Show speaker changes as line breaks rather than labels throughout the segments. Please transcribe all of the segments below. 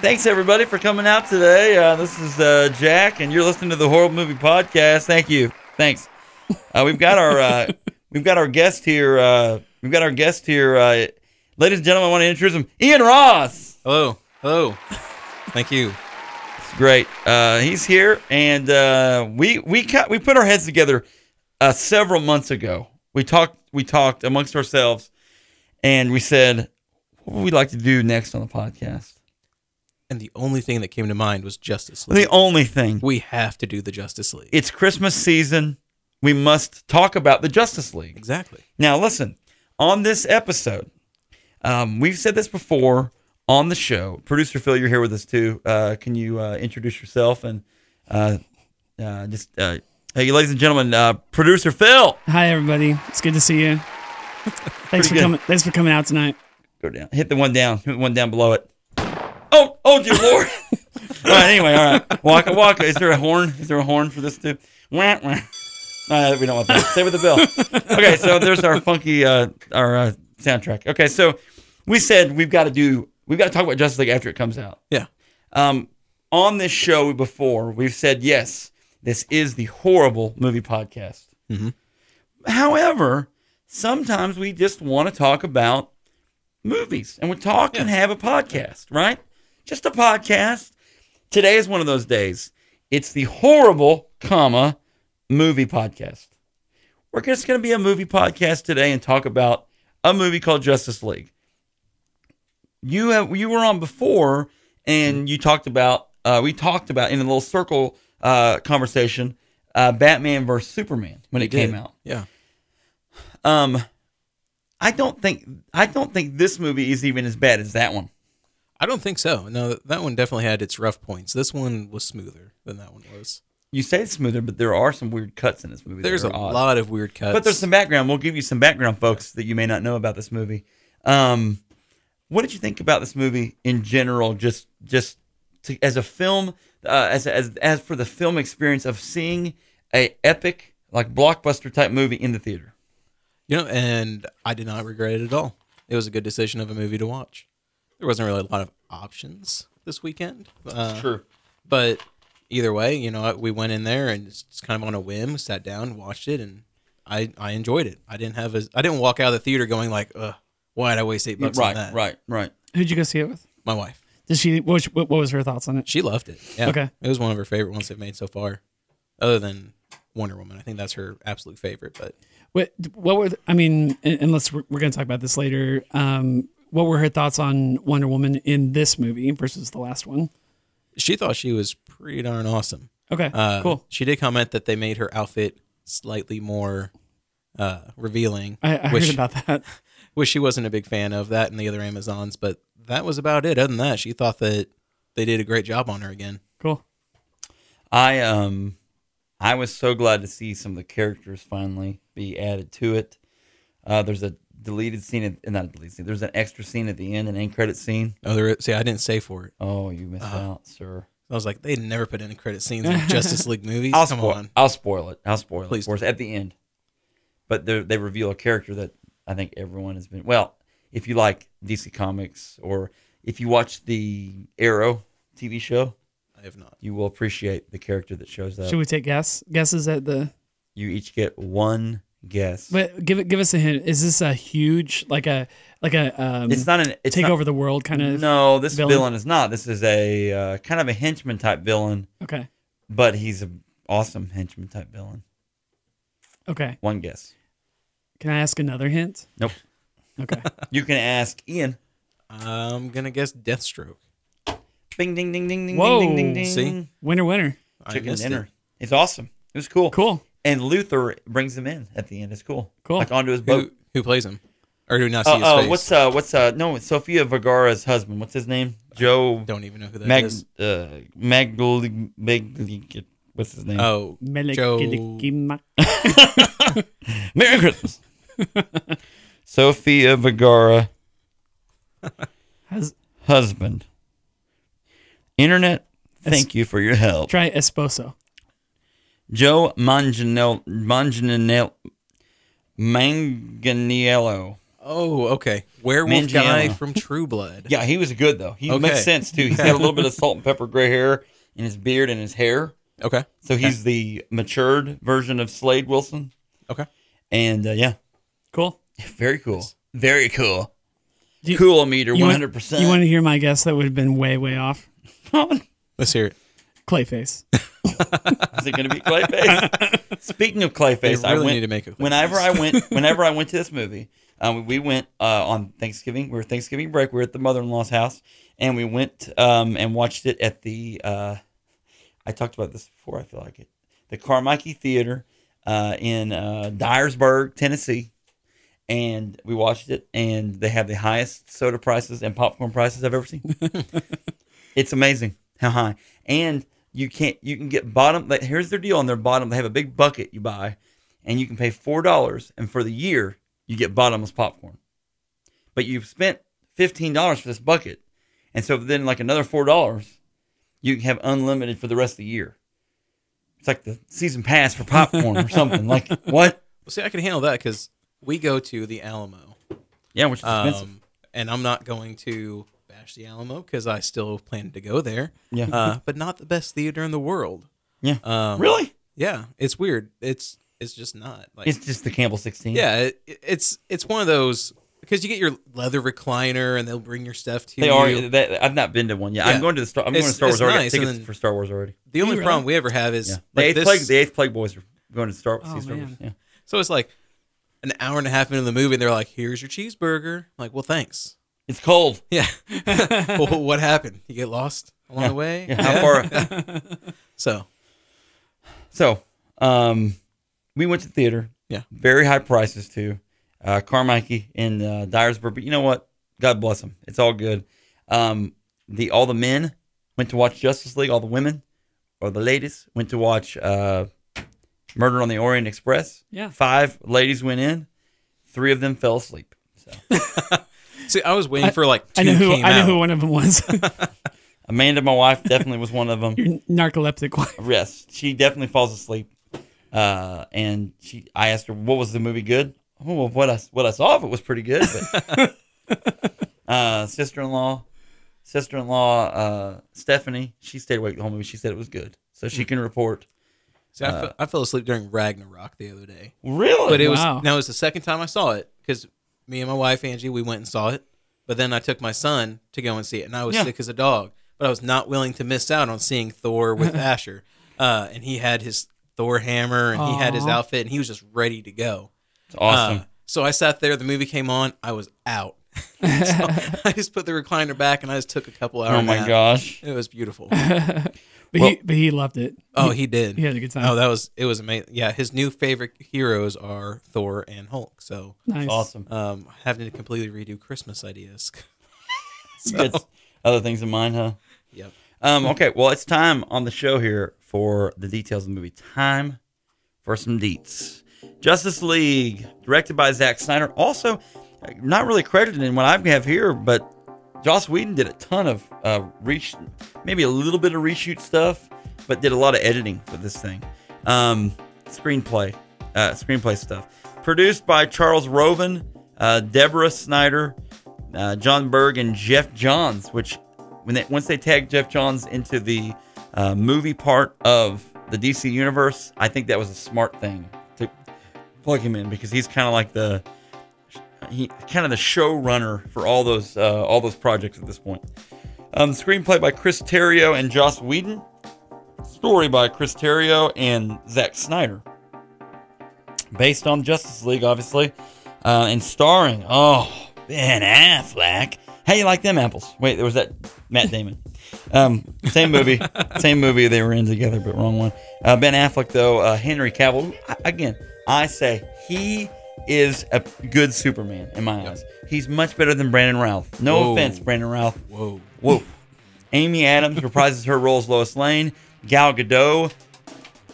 Thanks everybody for coming out today. Uh, this is uh, Jack, and you're listening to the Horrible Movie Podcast. Thank you. Thanks. Uh, we've got our uh, we've got our guest here. Uh, we've got our guest here, uh, ladies and gentlemen. I want to introduce him, Ian Ross.
Hello. Hello. Thank you.
It's great. Uh, he's here, and uh, we we cut, we put our heads together uh, several months ago. We talked we talked amongst ourselves, and we said, "What would we like to do next on the podcast?"
And the only thing that came to mind was Justice League.
The only thing
we have to do the Justice League.
it's Christmas season. We must talk about the Justice League.
exactly.
Now, listen, on this episode, um, we've said this before on the show. Producer Phil, you're here with us too. Uh, can you uh, introduce yourself and uh, uh, just, uh, hey, ladies and gentlemen, uh, producer Phil,
Hi everybody. It's good to see you. Thanks for
good.
coming thanks for coming out tonight.
go down, hit the one down, hit the one down below it. Oh, oh, dear lord! all right, anyway, all right, waka waka. Is there a horn? Is there a horn for this too? Wah, wah. Uh, we don't want that. Stay with the bill. Okay, so there's our funky uh, our uh, soundtrack. Okay, so we said we've got to do we've got to talk about Justice League after it comes out.
Yeah.
Um, on this show before we've said yes, this is the horrible movie podcast.
Mhm.
However, sometimes we just want to talk about movies and we talk and have a podcast, right? Just a podcast. Today is one of those days. It's the horrible, comma, movie podcast. We're just going to be a movie podcast today and talk about a movie called Justice League. You have you were on before and you talked about uh, we talked about in a little circle uh, conversation uh, Batman versus Superman when it came out.
Yeah.
Um, I don't think I don't think this movie is even as bad as that one.
I don't think so. No, th- that one definitely had its rough points. This one was smoother than that one was.
You say it's smoother, but there are some weird cuts in this movie. that
There's
are
a
odd.
lot of weird cuts.
But there's some background. We'll give you some background, folks, that you may not know about this movie. Um, what did you think about this movie in general? Just just to, as a film, uh, as as as for the film experience of seeing a epic like blockbuster type movie in the theater.
you know, and I did not regret it at all. It was a good decision of a movie to watch. There wasn't really a lot of options this weekend. Uh,
True.
But either way, you know, we went in there and it's just kind of on a whim, sat down, watched it, and I I enjoyed it. I didn't have as I didn't walk out of the theater going like, Ugh, why did I waste eight bucks on
Right.
that?
Right. Right.
Who'd you go see it with?
My wife,
Did she what was, what was her thoughts on it?
she loved it. Yeah.
Okay.
It was one of her favorite ones they've made so far, other than Wonder Woman. I think that's her absolute favorite. But
What what were the- I mean and- unless we're, we're going to talk about this later. Um what were her thoughts on Wonder Woman in this movie versus the last one?
she thought she was pretty darn awesome.
Okay.
Uh,
cool.
She did comment that they made her outfit slightly more uh, revealing.
I, I
which-
heard about that.
which she wasn't a big fan of that and the other Amazons, but that was about it. Other than that, she thought that they did a great job on her again.
Cool.
I um I was so glad to see some of the characters finally be added to it. Uh, there's a deleted scene, at, not a deleted scene. There's an extra scene at the end, an end credit scene.
Oh, there, see, I didn't say for it.
Oh, you missed out, sir.
I was like, they never put in credit scenes in Justice League movies.
I'll
Come
spoil.
on.
I'll spoil it. I'll spoil
Please
it for us at the end. But they they reveal a character that I think everyone has been. Well, if you like DC Comics or if you watch the Arrow TV show,
I have not.
you will appreciate the character that shows up.
Should we take guess guesses at the
you each get one guess.
But give it give us a hint. Is this a huge like a like a um
it's not an it's
take
not,
over the world kind of
No, this villain,
villain?
is not. This is a uh, kind of a henchman type villain,
Okay.
but he's an awesome henchman type villain.
Okay.
One guess.
Can I ask another hint?
Nope.
Okay.
You can ask Ian.
I'm going to guess Deathstroke.
Bing, ding, ding, ding, ding,
Whoa.
ding, ding, ding.
See?
winner winner.
I
Chicken
missed it.
dinner. It's awesome. It was cool.
Cool.
and Luther brings him in at the end. It's cool.
Cool.
Like onto his boat.
Who, who plays him? Or do we not see
Uh,
his
uh,
face?
what's uh, what's uh, no, it's Sofia Vergara's husband. What's his name? Joe
Don't even know who that is.
Mag uh, Magdalene. Mag- what's his name?
Oh, Joe.
Merry Christmas. Sofia Vergara
Has,
husband. Internet, thank you for your help.
try Esposo.
Joe Manganiello, Manganiello, Manganiello.
Oh, okay. Werewolf
Mangiano.
guy from True Blood.
Yeah, he was good though. He
Okay.
makes sense too. He's got a little bit of salt and pepper gray hair in his beard and his hair.
Okay.
So he's the matured version of Slade Wilson.
Okay.
And uh, yeah,
Cool.
very cool. Very cool.
Do you-
cool meter,
You
one
want-
hundred percent.
You want to hear my guess? That would have been way, way off.
Let's hear it.
Clayface.
Is it going to be Clayface? Speaking of Clayface,
They
I
really
went
need to make it
whenever
Clayface.
I went whenever I went to this movie. Um, we went uh, on Thanksgiving. We were Thanksgiving break. We were at the mother-in-law's house, and we went um, and watched it at the. Uh, I talked about this before. I feel like it. The Carmike Theater uh, in uh, Dyersburg, Tennessee, and we watched it. And they have the highest soda prices and popcorn prices I've ever seen. It's amazing how high. And you can't you can get bottom like, here's their deal on their bottom. They have a big bucket you buy and you can pay four dollars and for the year you get bottomless popcorn. But you've spent fifteen dollars for this bucket. And so then like another four dollars, you can have unlimited for the rest of the year. It's like the season pass for popcorn or something. Like what?
Well, see, I can handle that because we go to the Alamo,
Yeah, which is expensive.
um, and I'm not going to bash the Alamo because I still plan to go there.
Yeah.
Uh, but not the best theater in the world.
yeah.
Um,
really?
Yeah. It's weird. It's it's just not like
It's just the Campbell sixteen.
yeah. It, it's it's one of those because you get your leather recliner and they'll bring your stuff to
They
you.
are. That, I've not been to one yet. I'm
Yeah.
going to the Star. I'm
It's-
going to Star
it's
Wars already. I
nice,
have
and
tickets
then-
for Star Wars already.
the only
really?
problem we ever have is
Yeah. The
like
eighth
this-
plague. The eighth plague boys are going to Star,
Oh,
see Star
man.
Wars. Yeah.
So it's like an hour and a half into the movie, and they're like, "Here's your cheeseburger." I'm like, well, thanks.
It's cold.
Yeah. well, what happened? You get lost along the way.
Yeah, how far?
So
so, um, we went to theater.
Yeah.
Very high prices too. Uh, Carmike in uh, Dyersburg, but you know what? God bless them. It's all good. Um, the all the men went to watch Justice League. All the women or the ladies went to watch uh, Murder on the Orient Express.
Yeah.
Five ladies went in. Three of them fell asleep. So
see, I was waiting for like two
I know who.
came
I know
out.
who one of them was.
Amanda, my wife, definitely was one of them.
Your narcoleptic one.
Yes, she definitely falls asleep. Uh, and she, I asked her, "What was the movie good?" Oh, well, what I what I saw of it was pretty good. But uh, sister-in-law, sister-in-law uh, Stephanie, she stayed awake the whole movie. She said it was good, so she can report.
See, I, fe- I fell asleep during Ragnarok the other day,
Really?
but it
Wow.
was now it was the second time I saw it because me and my wife Angie we went and saw it, but then I took my son to go and see it, and I was
Yeah.
sick as a dog, but I was not willing to miss out on seeing Thor with Asher, uh, and he had his Thor hammer and he had his
Aw.
outfit and he was just ready to go.
it's awesome.
Uh, so I sat there. The movie came on. I was out. so I just put the recliner back and I just took a couple hours.
oh my gosh!
it was beautiful.
But
Well-
he, but he loved it.
Oh, he did.
He had a good time.
Oh, that was it was amazing. Yeah, his new favorite heroes are Thor and Hulk. So
nice.
Awesome.
um, having to completely redo Christmas ideas.
You got other things in mind, huh?
yep.
Um, okay, well, it's time on the show here for the details of the movie. Time for some deets. Justice League, directed by Zack Snyder. Also, uh, not really credited in what I have here, but Joss Whedon did a ton of uh, reach, maybe a little bit of reshoot stuff, but did a lot of editing for this thing. Um, screenplay, uh, screenplay stuff. Produced by Charles Roven, uh, Deborah Snyder, uh, John Berg, and Jeff Johns. Which, when they, once they tagged Jeff Johns into the uh, movie part of the DC universe, I think that was a smart thing to plug him in because he's kind of like the he kind of the showrunner for all those uh, all those projects at this point. Um, screenplay by Chris Terrio and Joss Whedon. Story by Chris Terrio and Zack Snyder. Based on Justice League, obviously, uh, and starring oh Ben Affleck. How you like them apples? Wait, there was that Matt Damon. Um, same movie, same movie they were in together, but wrong one. Uh, ben Affleck though, uh, Henry Cavill. who, I- Again, I say he is a good Superman in my eyes. He's much better than Brandon Routh. No
Whoa.
offense, Brandon Routh.
Whoa.
Whoa. Amy Adams reprises her role as Lois Lane. Gal Gadot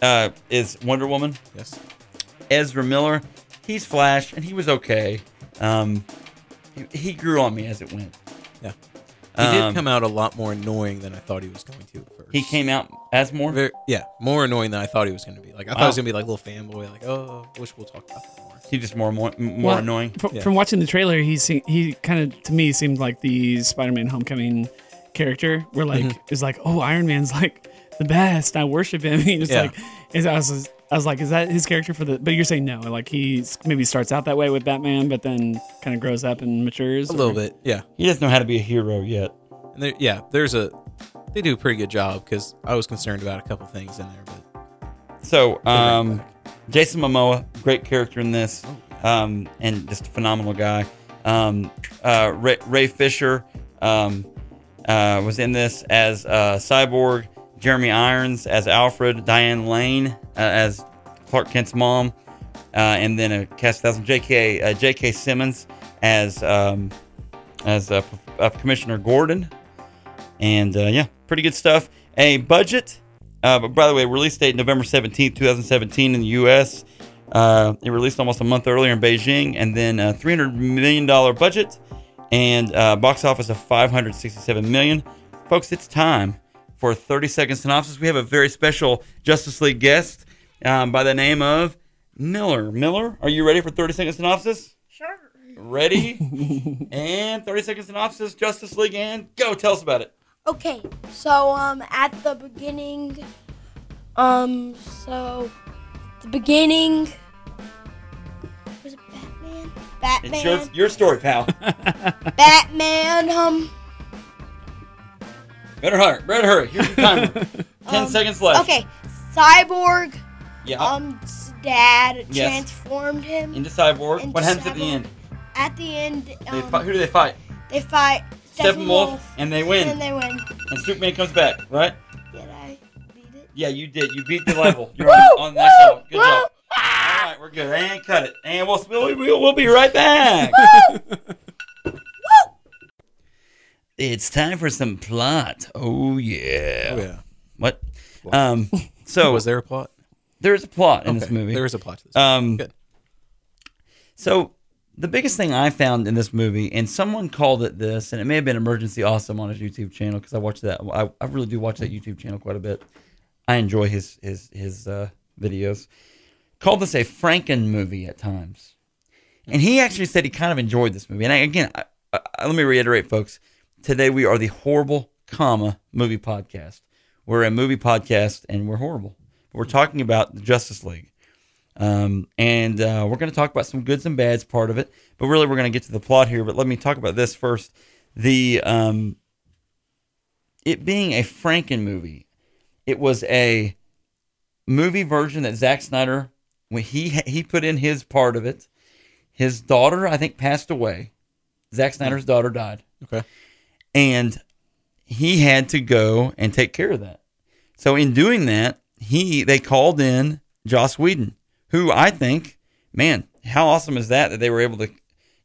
uh, is Wonder Woman.
Yes.
Ezra Miller, he's Flash, and he was okay. Um, he, he grew on me as it went.
Yeah. He
Um,
did come out a lot more annoying than I thought he was going to at first.
He came out as more.
Ver- yeah, more annoying than I thought he was going to be. Like I thought he was going to be like a little fanboy, like oh, wish we'll talk about that more.
He's just more more, more
Well,
annoying.
fr-
Yeah.
From watching the trailer, he se- he kind of to me seemed like the Spider-Man Homecoming character, where like is like, oh, Iron Man's like the best. I worship him. He just
Yeah.
like is. I was I was like, is that his character for the? But you're saying no. Like he maybe starts out that way with Batman, but then kind of grows up and matures
A
or-
little bit, yeah.
He doesn't know how to be a hero yet.
And there, yeah, there's a they do a pretty good job because I was concerned about a couple things in there, but
So, um, Jason Momoa, great character in this, um, and just a phenomenal guy. Um, uh, Ray, Ray Fisher um, uh, was in this as uh, Cyborg, Jeremy Irons as Alfred, Diane Lane uh, as Clark Kent's mom, uh, and then a cast thousand J.K. Uh, J.K. Simmons as um, as uh, P- uh, Commissioner Gordon. And uh, yeah, pretty good stuff. A budget. Uh, but by the way, release date November 17th, 2017 in the US. Uh, it released almost a month earlier in Beijing, and then a $300 million budget and uh, box office of $567 million. Folks, it's time for a 30 second synopsis. We have a very special Justice League guest um, by the name of Miller. Miller, are you ready for 30 second synopsis?
Sure.
Ready? and 30 second synopsis, Justice League, and go. Tell us about it.
Okay. So um at the beginning um so the beginning was it Batman?
It's
Batman.
your, your story, pal.
Batman um
Better hurry. Better hurry. Here's your timer. Ten
Um,
seconds left.
okay, Cyborg
Yeah.
um's dad
Yes.
transformed him.
into Cyborg.
into
what happens at the
Cyborg.
end?
at the end
They
um,
fight, who do they fight?
they fight
Steppenwolf,
Steppenwolf
and they win.
and
And,
they win.
Superman comes back, right?
Did I beat it?
Yeah, you did. You beat the level. You're on, on the next level. Good job.
Oh,
All right, we're good. And cut it. And we'll we'll, we'll, we'll be right back. It's time for some plot. Oh yeah.
oh, yeah.
What? Um. So
was there a plot
there's a plot in this
Okay,
movie.
There is a plot to this.
Um,
Good.
So the biggest thing I found in this movie, and someone called it this, and it may have been Emergency Awesome on his YouTube channel because I watch that. I, I really do watch that YouTube channel quite a bit. I enjoy his his his uh, videos. Called this a Franken movie at times, and he actually said he kind of enjoyed this movie. And I, again, I, I, let me reiterate, folks. Today we are the horrible comma movie podcast. We're a movie podcast, and we're horrible. We're talking about the Justice League. Um, and uh, we're going to talk about some goods and bads part of it, but really we're going to get to the plot here. But let me talk about this first. The um, it being a Franken movie, it was a movie version that Zack Snyder when he he put in his part of it. His daughter, I think, passed away. Zack Snyder's daughter died
Okay.
and he had to go and take care of that. So in doing that, he they called in Joss Whedon, who I think, man, how awesome is that that they were able to,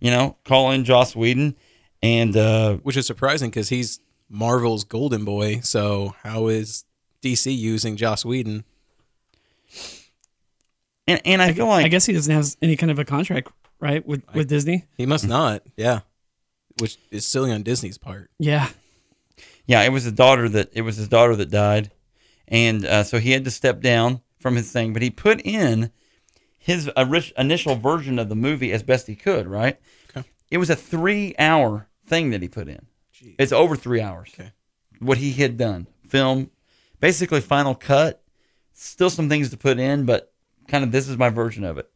you know, call in Joss Whedon and uh,
Which is surprising because he's Marvel's golden boy. So how is DC using Joss Whedon?
and and I feel
I
like
guess he doesn't have any kind of a contract, right, with with Disney?
He
Hmm.
must not. Yeah. Which is silly on Disney's part.
Yeah,
yeah, it was his daughter that it was his daughter that died, and uh, so he had to step down from his thing. But he put in his orig- initial version of the movie as best he could. Right?
Okay.
It was a three-hour thing that he put in.
Jeez.
It's over three hours.
Okay.
What he had done, film, basically final cut. Still some things to put in, but kind of this is my version of it.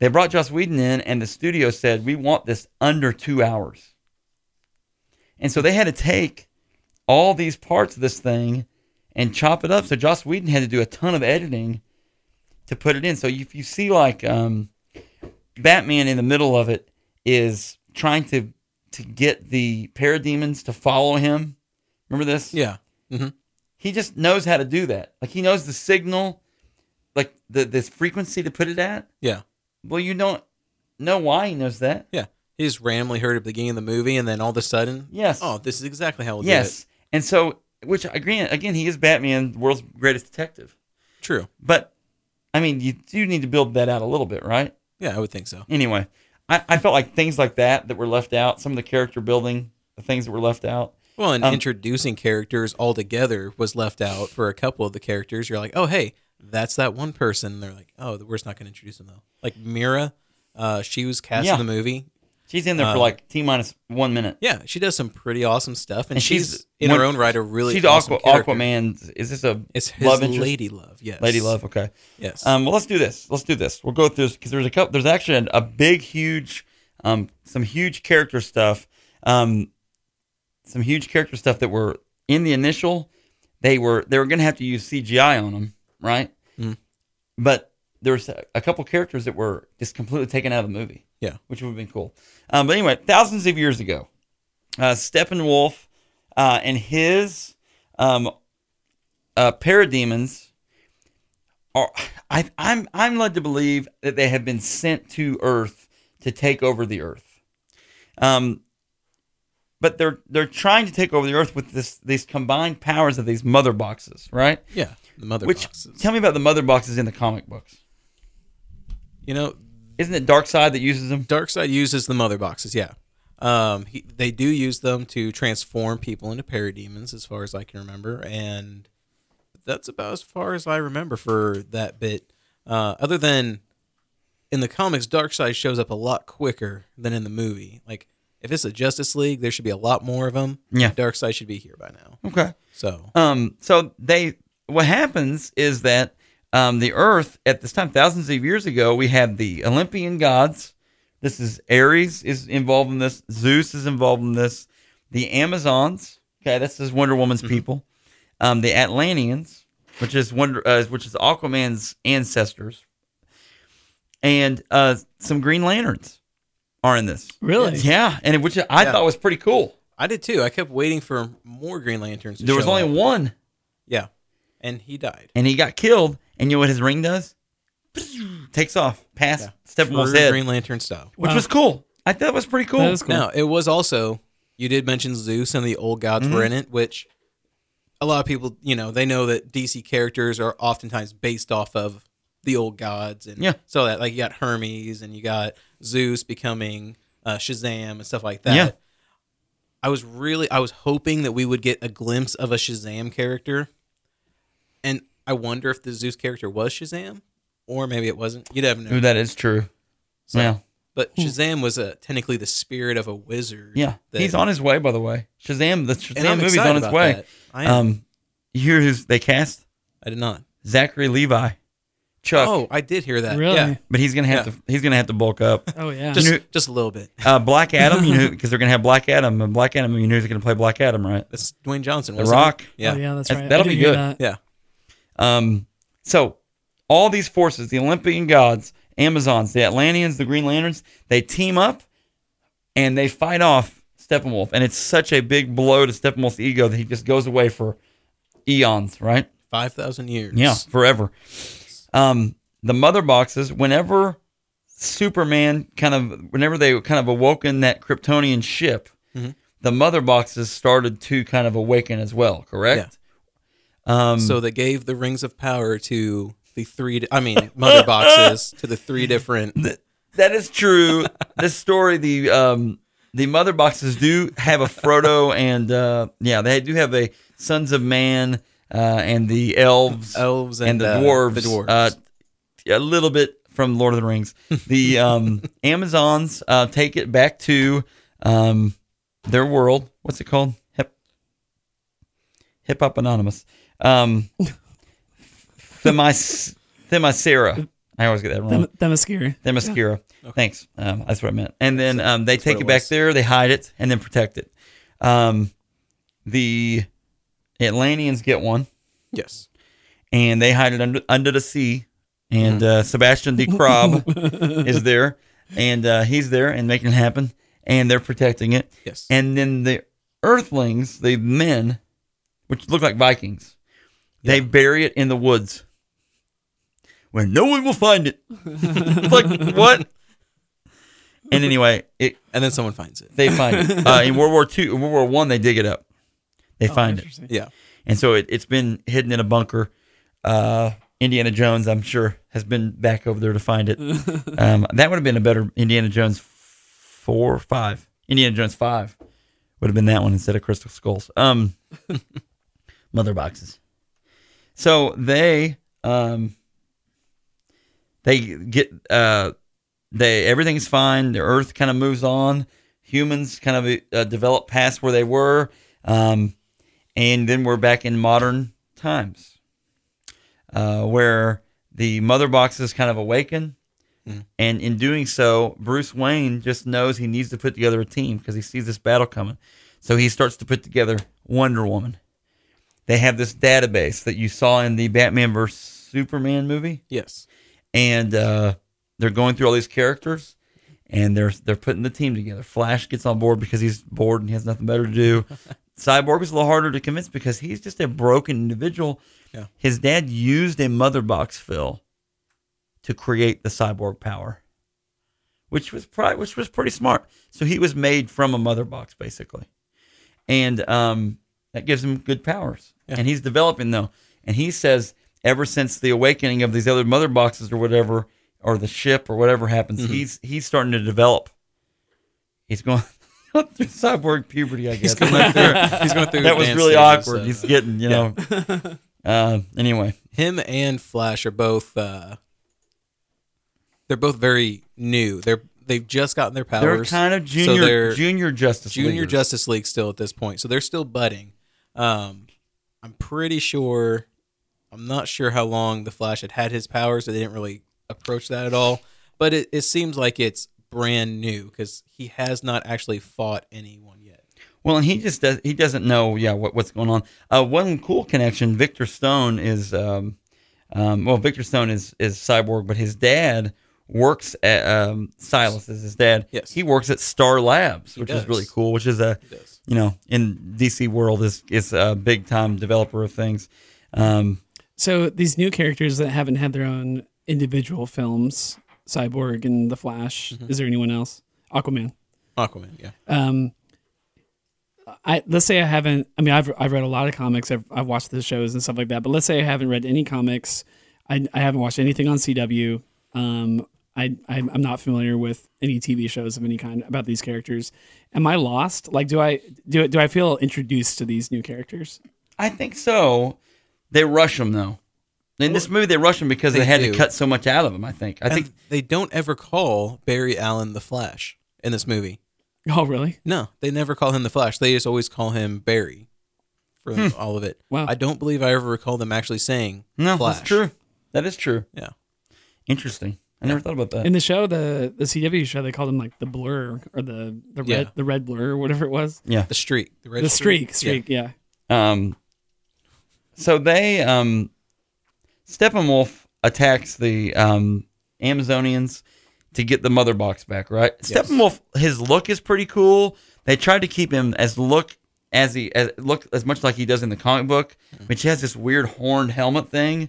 They brought Joss Whedon in, and the studio said we want this under two hours. And so they had to take all these parts of this thing and chop it up. So Joss Whedon had to do a ton of editing to put it in. So if you see like um, Batman in the middle of it is trying to to get the parademons to follow him, Remember this?
Yeah. hmm
He just knows how to do that. Like he knows the signal, like the this frequency to put it at.
Yeah.
Well, you don't know why he knows that.
Yeah. He just randomly heard it at the beginning of the movie, and then all of a sudden,
Yes.
oh, this is exactly how we'll do
yes. And so, which again, again, he is Batman, world's greatest detective.
it. True.
But I mean, you do need to build that out a little bit, right?
Yeah, I would think so.
Anyway, I, I felt like things like that that were left out, some of the character building, the things that were left out.
Well, and
Um,
introducing characters altogether was left out for a couple of the characters. You're like, oh, hey, that's that one person. And they're like, oh, we're just not going to introduce them though. Like Mira, uh, she was cast
Yeah.
in the movie.
She's in there for
Uh,
like T minus one minute.
Yeah, she does some pretty awesome stuff, and,
And
she's,
she's
in
one-
her own right a really
She's
awesome
Aqua,
character.
Aquaman. Is this a
It's his
love interest?
lady love. Yes,
Lady Love? Okay.
Yes.
Um, well, let's do this. Let's do this. We'll go through this because there's a couple. There's actually an- a big, huge, um, some huge character stuff, um, some huge character stuff that were in the initial. They were they were going to have to use CGI on them, right?
Mm.
But there was a, a couple characters that were just completely taken out of the movie.
Yeah.
which would have been cool. Um, but anyway, thousands of years ago, uh, Steppenwolf uh, and his um, uh, parademons are I, I'm I'm led to believe that they have been sent to Earth to take over the Earth. Um, but they're they're trying to take over the Earth with this these combined powers of these mother boxes, right?
yeah, the mother
Which
boxes.
tell me about the mother boxes in the comic books.
You know,
Isn't it Dark Side that uses them?
Darkseid uses the mother boxes. Yeah, um, he, they do use them to transform people into parademons, as far as I can remember, and that's about as far as I remember for that bit. Uh, other than in the comics, Darkseid shows up a lot quicker than in the movie. Like, if it's a Justice League, there should be a lot more of them.
Yeah.
Darkseid should be here by now.
Okay.
So
Um, so they what happens is that um, the Earth at this time, thousands of years ago, we had the Olympian gods. This is Ares is involved in this. Zeus is involved in this. The Amazons. Okay, this is Wonder Woman's
Mm-hmm.
people. Um, the Atlanteans, which is Wonder, uh, which is Aquaman's ancestors, and uh, some Green Lanterns are in this.
Really?
Yeah, and which I
Yeah.
thought was pretty cool.
I did too. I kept waiting for more Green Lanterns. To
There was
show
only
up.
one.
Yeah, and he died.
and he got killed. And you know what his ring does? Takes off past
Yeah.
Steppenwolf's
True
head,
Green Lantern style.
which
Wow.
was cool. I thought it was pretty cool.
That is cool.
No, it was also you did mention Zeus and the old gods
Mm-hmm.
were in it, which a lot of people, you know, they know that DC characters are oftentimes based off of the old gods and
Yeah.
so that like you got Hermes and you got Zeus becoming uh, Shazam and stuff like that.
Yeah.
I was really I was hoping that we would get a glimpse of a Shazam character. And I wonder if the Zeus character was Shazam or maybe it wasn't. You'd have no
Ooh, that is true.
so-
yeah,
But Shazam was uh, technically the spirit of a wizard.
Hmm. yeah.
that-
He's on his way, by the way. Shazam, the
and
Shazam
I'm
movie's
excited
on its
about
way.
that. I, am.
Um, you hear who's they cast?
I did not.
Zachary Levi, Chuck.
Oh, I did hear that.
Really?
Yeah.
but he's gonna have
yeah.
to he's gonna have to bulk up.
Oh yeah.
Just,
You know-
just a little bit.
Uh, Black Adam, you know, because they're gonna have Black Adam and Black Adam. You know who's gonna play Black Adam, right?
That's Dwayne Johnson.
The
wasn't it?
Rock.
Yeah.
Oh, yeah, that's
That's-
right.
that'll
I
be
did hear
good.
that.
Yeah.
Um, so all these forces, the Olympian gods, Amazons, the Atlanteans, the Green Lanterns, they team up and they fight off Steppenwolf. And it's such a big blow to Steppenwolf's ego that he just goes away for eons, right?
Five thousand years.
Yeah, forever. Um, the mother boxes, whenever Superman kind of, whenever they kind of awoken that Kryptonian ship,
Mhm.
the mother boxes started to kind of awaken as well, correct? Um,
So they gave the rings of power to the three. Di- I mean, mother boxes to the three different.
That is true. this story, the um, the mother boxes do have a Frodo, and uh, yeah, they do have a Sons of Man uh, and the elves
Elves and,
and, the
uh,
dwarves.
the dwarves.
Uh, a little bit from Lord of the Rings. The um, Amazons uh, take it back to um, their world. What's it called? Hip Hip Hop Anonymous. Um, Themis Themisera. I always get that wrong.
Them, them is scary.
Their mascara. Thanks. Um, that's what I meant. And then um, they take
what
it
it
back
was.
there, they hide it, and then protect it. Um, the Atlanteans get one,
yes.
and they hide it under under the sea. And uh, Sebastian de Crab is there, and uh, he's there and making it happen. And they're protecting it.
Yes.
And then the Earthlings, the men, which look like Vikings. They bury it in the woods where no one will find it. It's like what? And anyway, it
and then someone finds it.
they find it uh, in World War Two, World War One. They dig it up. They find it.
Interesting.
Yeah,
And so it, it's been hidden in a bunker. Uh, Indiana Jones, I'm sure, has been back over there to find it. um, that would have been a better Indiana Jones f- four or five. Indiana Jones five would have been that one instead of Crystal Skulls. Um, mother boxes. So they um, they get uh, they everything's fine. The Earth kind of moves on. Humans kind of uh, develop past where they were. Um, and then we're back in modern times uh, where the mother boxes kind of awaken and in doing so bruce wayne just knows he needs to put together a team because he sees this battle coming so he starts to put together wonder woman they have this database that you saw in the batman vs superman movie
yes,
and uh, they're going through all these characters and they're they're putting the team together. Flash gets on board because he's bored and he has nothing better to do. Cyborg was a little harder to convince because he's just a broken individual.
Yeah.
His dad used a mother box fill to create the cyborg power, which was pri- which was pretty smart. So he was made from a mother box basically, and um, that gives him good powers.
Yeah.
And he's developing though, and he says ever since the awakening of these other mother boxes or whatever, or the ship or whatever happens,
Mm-hmm.
he's he's starting to develop. He's going through cyborg puberty, I guess. I'm not sure.
he's going through.
That was
advanced
really
stages,
awkward.
so-
He's getting, you know. uh, anyway,
him and Flash are both uh they're both very new. They're they've just gotten their powers.
they're kind of
so
junior
they're
junior justice.
junior
leaguers.
Justice League still at this point. So they're still budding. Um I'm pretty sure I'm not sure how long the Flash had had his powers. They didn't really approach that at all. But it, it seems like it's brand new because he has not actually fought anyone yet.
Well, and he just does. He doesn't know. Yeah, what, what's going on? Uh, one cool connection. Victor Stone is. Um, um, well, Victor Stone is is cyborg, but his dad works at um, Silas is his dad.
Yes.
he works at Star Labs, which is
does.
really cool. Which is a
He does.
you know in DC world is is a big time developer of things. Um,
So these new characters that haven't had their own individual films, Cyborg and The Flash. Is there anyone else? Aquaman.
Aquaman, yeah.
Um, I let's say I haven't. I mean, I've I've read a lot of comics. I've I've watched the shows and stuff like that. But let's say I haven't read any comics. I I haven't watched anything on CW. Um, I I'm I'm not familiar with any TV shows of any kind about these characters. Am I lost? Like, do I do do I feel introduced to these new characters?
I think so. They rush them though. In this movie, they rush them because they,
They
had
do.
to cut so much out of them. I think. I think
And they don't ever call Barry Allen the Flash in this movie.
Oh, really?
No, they never call him the Flash. They just always call him Barry for all of it.
Wow.
I don't believe I ever recall them actually saying
Hmm. no,
Flash.
that's true. That is true.
Yeah.
Interesting. I never thought about that.
In the show, the the CW show, they called him like the blur or the the red
Yeah.
the red blur or whatever it was.
The streak. The, red
The streak, streak, yeah.
Um, so they, um, Steppenwolf attacks the um, Amazonians to get the mother box back, right? Steppenwolf, his look is pretty cool. They tried to keep him as look as he as look as much like he does in the comic book, which he has this weird horned helmet thing.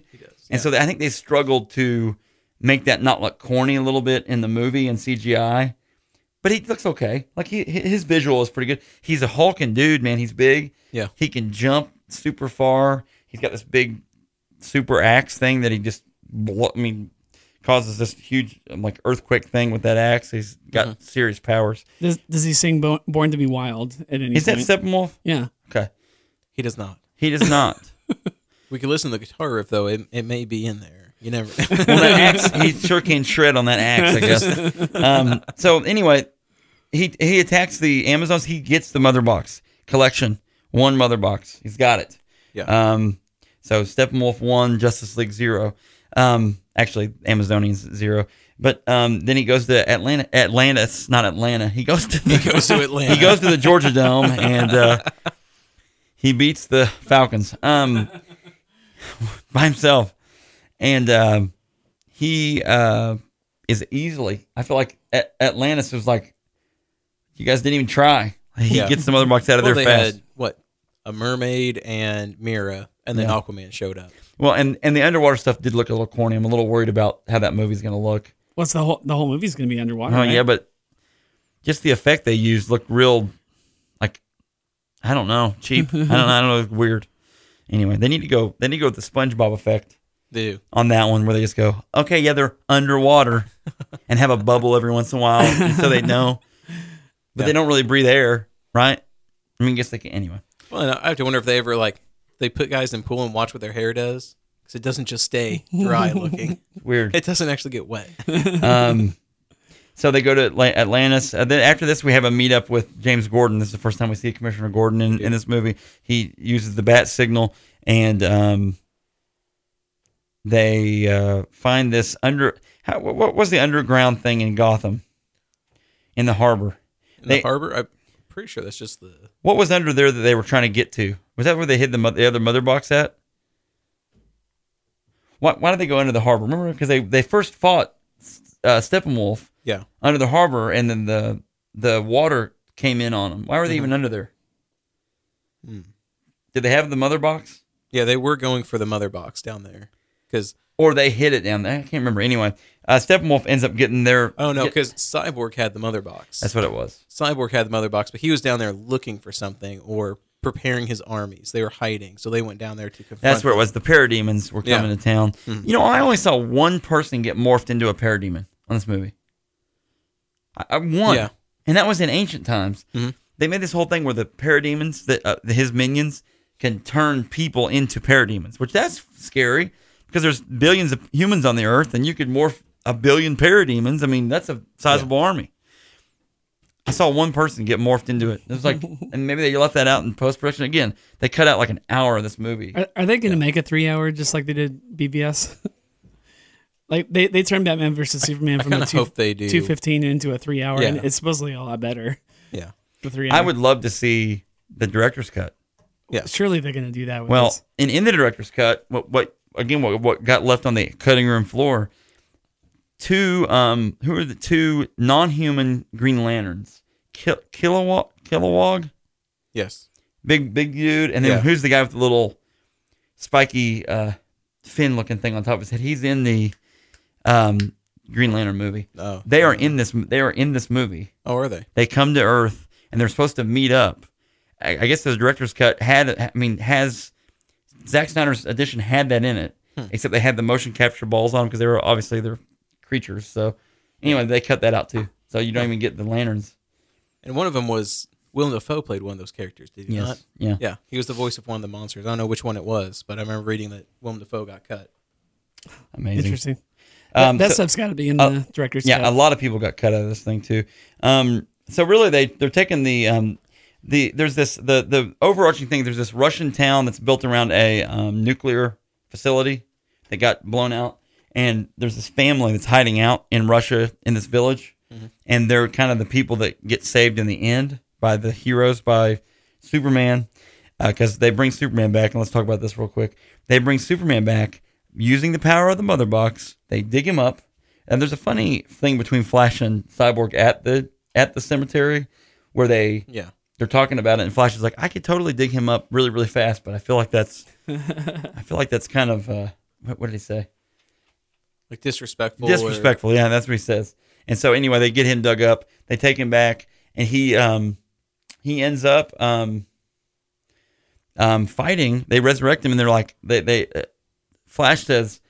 And so I think they struggled to make that not look corny a little bit in the movie and CGI. But he looks okay. Like he, his visual is pretty good. He's a hulking dude, man. He's big.
Yeah.
He can jump super far. He's got this big super axe thing that he just, blo- I mean, causes this huge um, like earthquake thing with that axe. He's got serious powers.
Does, does he sing Bo- "Born to Be Wild" at any
Is that
point?
Steppenwolf?
yeah.
Okay.
He does not.
He does not.
We could listen to the guitar riff though. It, it may be in there. You never.
well, that axe, he sure can shred on that axe, I guess. Um, so anyway, he he attacks the Amazons. He gets the mother box collection, one mother box. He's got it.
Yeah.
Um, so Steppenwolf one, Justice League zero. Um, actually, Amazonians zero. But um, then he goes to Atlanta, Atlantis, not Atlanta. He goes to
he goes to Atlanta.
he goes to the Georgia Dome and uh, he beats the Falcons um, by himself, and um, he uh, is easily. I feel like At- Atlantis was like, you guys didn't even try. He
Yeah.
gets some other box out of
Well,
there
they
fast.
had what a mermaid and Mira, and then
Yeah.
Aquaman showed up.
Well, and and the underwater stuff did look a little corny. I'm a little worried about how that movie's going to look.
What's the whole the whole movie's going to be underwater?
Oh
right?
yeah, but just the effect they used looked real, like I don't know, cheap. I don't know. I don't know. It's weird. Anyway, they need to go. They need to go with the SpongeBob effect
Do
on that one, where they just go, okay, yeah, they're underwater, and have a bubble every once in a while, so they know. But they
Yeah.
don't really breathe air, right? I mean, I guess they can. Anyway,
well, and I have to wonder if they ever like they put guys in pool and watch what their hair does because it doesn't just stay dry looking.
weird.
It doesn't actually get wet.
Um, so they go to Atla- Atlantis. Uh, then after this, we have a meetup with James Gordon. This is the first time we see Commissioner Gordon in, in this movie. He uses the bat signal, and um, they uh, find this under. How, what what was the underground thing in Gotham? In the harbor.
In
They-
the harbor, I'm pretty sure that's just the
What was under there that they were trying to get to? Was that where they hid the, mo- the other mother box at? Why, why did they go under the harbor? Remember, because they, they first fought uh, Steppenwolf
yeah.
under the harbor, and then the the water came in on them. Why
Mm-hmm.
were they even under there?
Hmm.
Did they have the mother box,
Yeah, they were going for the mother box down there because
or they hid it down there? I can't remember. Anyway, uh, Steppenwolf ends up getting there.
oh no,
get-
because Cyborg had the mother box.
that's what it was.
Cyborg had the mother box, but he was down there looking for something or preparing his armies. They were hiding, so they went down there to confront.
That's where it was. The parademons were
Yeah. Mm-hmm.
coming to town. You know, I only saw one person get morphed into a parademon on this movie. I, I one,
Yeah. Mm-hmm.
and that was in ancient times. They made this whole thing where the parademons, that uh, his minions, can turn people into parademons, which that's scary because there's billions of humans on the earth, and you could morph a billion parademons. I mean, that's a sizable army. I saw one person get morphed into it. It was like, and maybe they left that out in post production. Again, they cut out like an hour of this movie.
Are, are they going to make a three hour just like they did BVS? like they, they turned Batman versus Superman from a
kinda
two,
hope they do.
215 into a three hour, and
Yeah.
it's supposedly a lot better.
Yeah,
The three hour.
I would love to see the director's cut.
Surely they're going to do that with
Well,
this.
and in the director's cut, what what again? What what got left on the cutting room floor? Two um, who are the two non-human Green Lanterns? Kil- Kilowog, Kilowog,
yes,
big big dude, and then
Yeah.
who's the guy with the little spiky uh, fin-looking thing on top of his head? He's in the um, Green Lantern movie.
Oh.
They are in this. They are in this movie.
Oh, are they?
they come to Earth and they're supposed to meet up. I, I guess the director's cut had, I mean, has Zack Snyder's edition had that in it, except they had the motion capture balls on because they were obviously they're creatures. So anyway, they cut that out too, so you don't even get the lanterns.
And one of them was Willem Dafoe played one of those characters. Did he
Yes,
not?
yeah.
yeah. He was the voice of one of the monsters. I don't know which one it was, but I remember reading that Willem Dafoe got cut.
Amazing.
Interesting.
Um,
that
so-
stuff's got to be in
uh,
the director's
yeah,
cut.
a lot of people got cut out of this thing too. Um, so really, they they're taking the um, the there's this the the overarching thing. There's this Russian town that's built around a um, nuclear facility that got blown out, and there's this family that's hiding out in Russia in this village, and they're kind of the people that get saved in the end by the heroes by Superman because Uh, they bring Superman back, and let's talk about this real quick. They bring Superman back using the power of the Mother Box. They dig him up, and there's a funny thing between Flash and Cyborg at the at the cemetery where they
Yeah.
they're talking about it, and Flash is like, "I could totally dig him up really, really fast, but I feel like that's I feel like that's kind of uh, what, what did he say?
Like disrespectful. or-
Disrespectful, yeah, that's what he says. And so anyway, they get him dug up, they take him back, and he um he ends up um um fighting. They resurrect him, and they're like they they uh, Flash says,